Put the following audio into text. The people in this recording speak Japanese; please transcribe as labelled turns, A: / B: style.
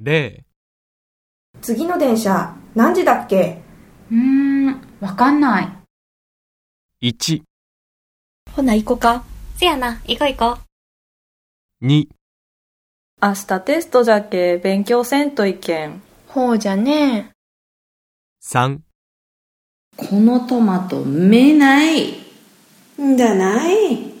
A: 例、
B: 次の電車、何時だっけ
C: うーん、わかんない。
A: 1、
D: ほな、行こか。
E: せやな、行こう行こ
A: 2、
F: 明日テストじゃけ、勉強せんといけん。
D: ほうじゃね
A: 3、
G: このトマト、うめない。
H: んじゃない